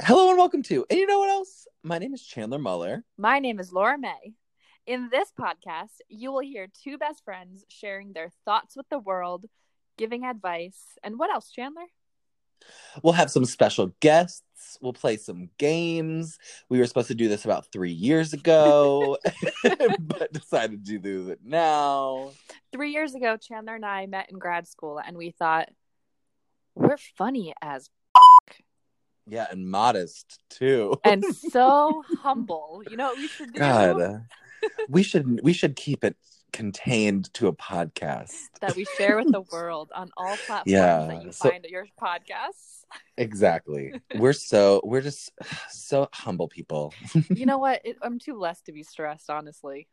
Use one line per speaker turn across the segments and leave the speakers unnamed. Hello and welcome to. And you know what else? My name is Chandler Muller.
My name is Laura May. In this podcast, you will hear two best friends sharing their thoughts with the world, giving advice, and what else, Chandler?
We'll have some special guests. We'll play some games. We were supposed to do this about three years ago, but decided to do it now.
Three years ago, Chandler and I met in grad school, and we thought, we're funny as
Yeah, and modest too.
and so humble. You know what we should do?
God, uh, we should we should keep it contained to a podcast.
That we share with the world on all platforms
Yeah,
that you
so-
find at your podcasts.
Exactly. We're so we're just so humble people.
you know what? It, I'm too blessed to be stressed, honestly.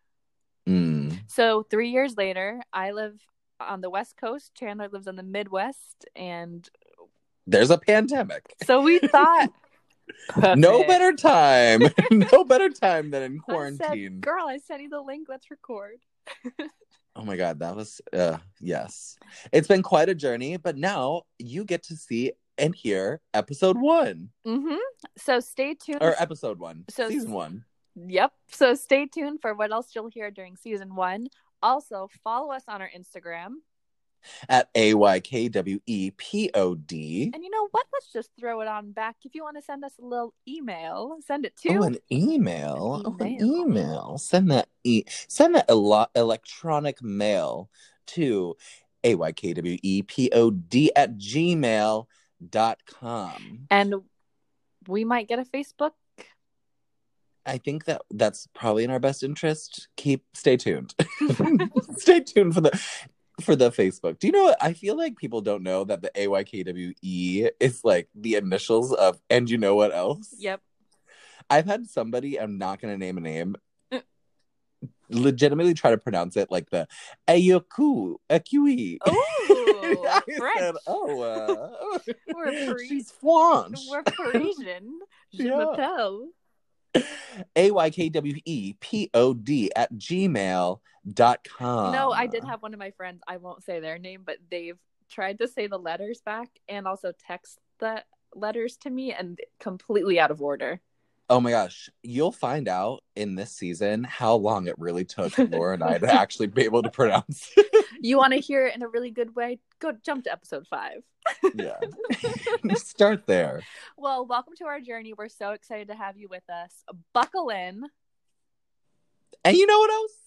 Mm.
So three years later, I live on the West Coast. Chandler lives on the Midwest, and
There's a pandemic.
so we thought,
No
Perfect.
better time. no better time than in
I said,
quarantine.
Girl, I sent you the link. Let's record.
Oh my god, that was uh yes. It's been quite a journey, but now you get to see and hear episode 1
Mm-hmm. So stay tuned.
or uh, episode 1.
So-
season 1.
yep. So stay tuned for what else you'll hear during season one. Also, follow us on our Instagram.
At A Y K W E P O D.
And you know what? Let's just throw it on back. If you want to send us a little email, send it to
Oh, an email. Oh, an
Email.
email. Send that e- send that elo- electronic mail to E AYKWEPOD at gmail dot com.
and we might get a Facebook.
I think that that's probably in our best interest. Keep stay tuned. stay tuned for the for the Facebook. Do you know what? I feel like people don't know that the AYKWE E is like the initials of and you know what else?
Yep.
I've had somebody, I'm not going to name a name, legitimately try to pronounce it like the Ayoku, Akui.
Ooh,
I
French.
said, oh, uh,
We're Paris-
she's French.
We're Parisian. Je
Yeah.
m'appelle.
E A-Y-K-W-E-P-O-D at gmail.com.
You know, I
Uh.
did have one of my friends, I won't say their name, but they've tried to say the letters back and also text the letters to me and completely out of order.
Oh my gosh, you'll find out in this season how long it really took Laura and I to actually be able to pronounce it.
You want to hear it in a really good way? Go jump to episode five.
Yeah. Start there.
Well, welcome to our journey. We're so excited to have you with us. Buckle in.
And you know what else?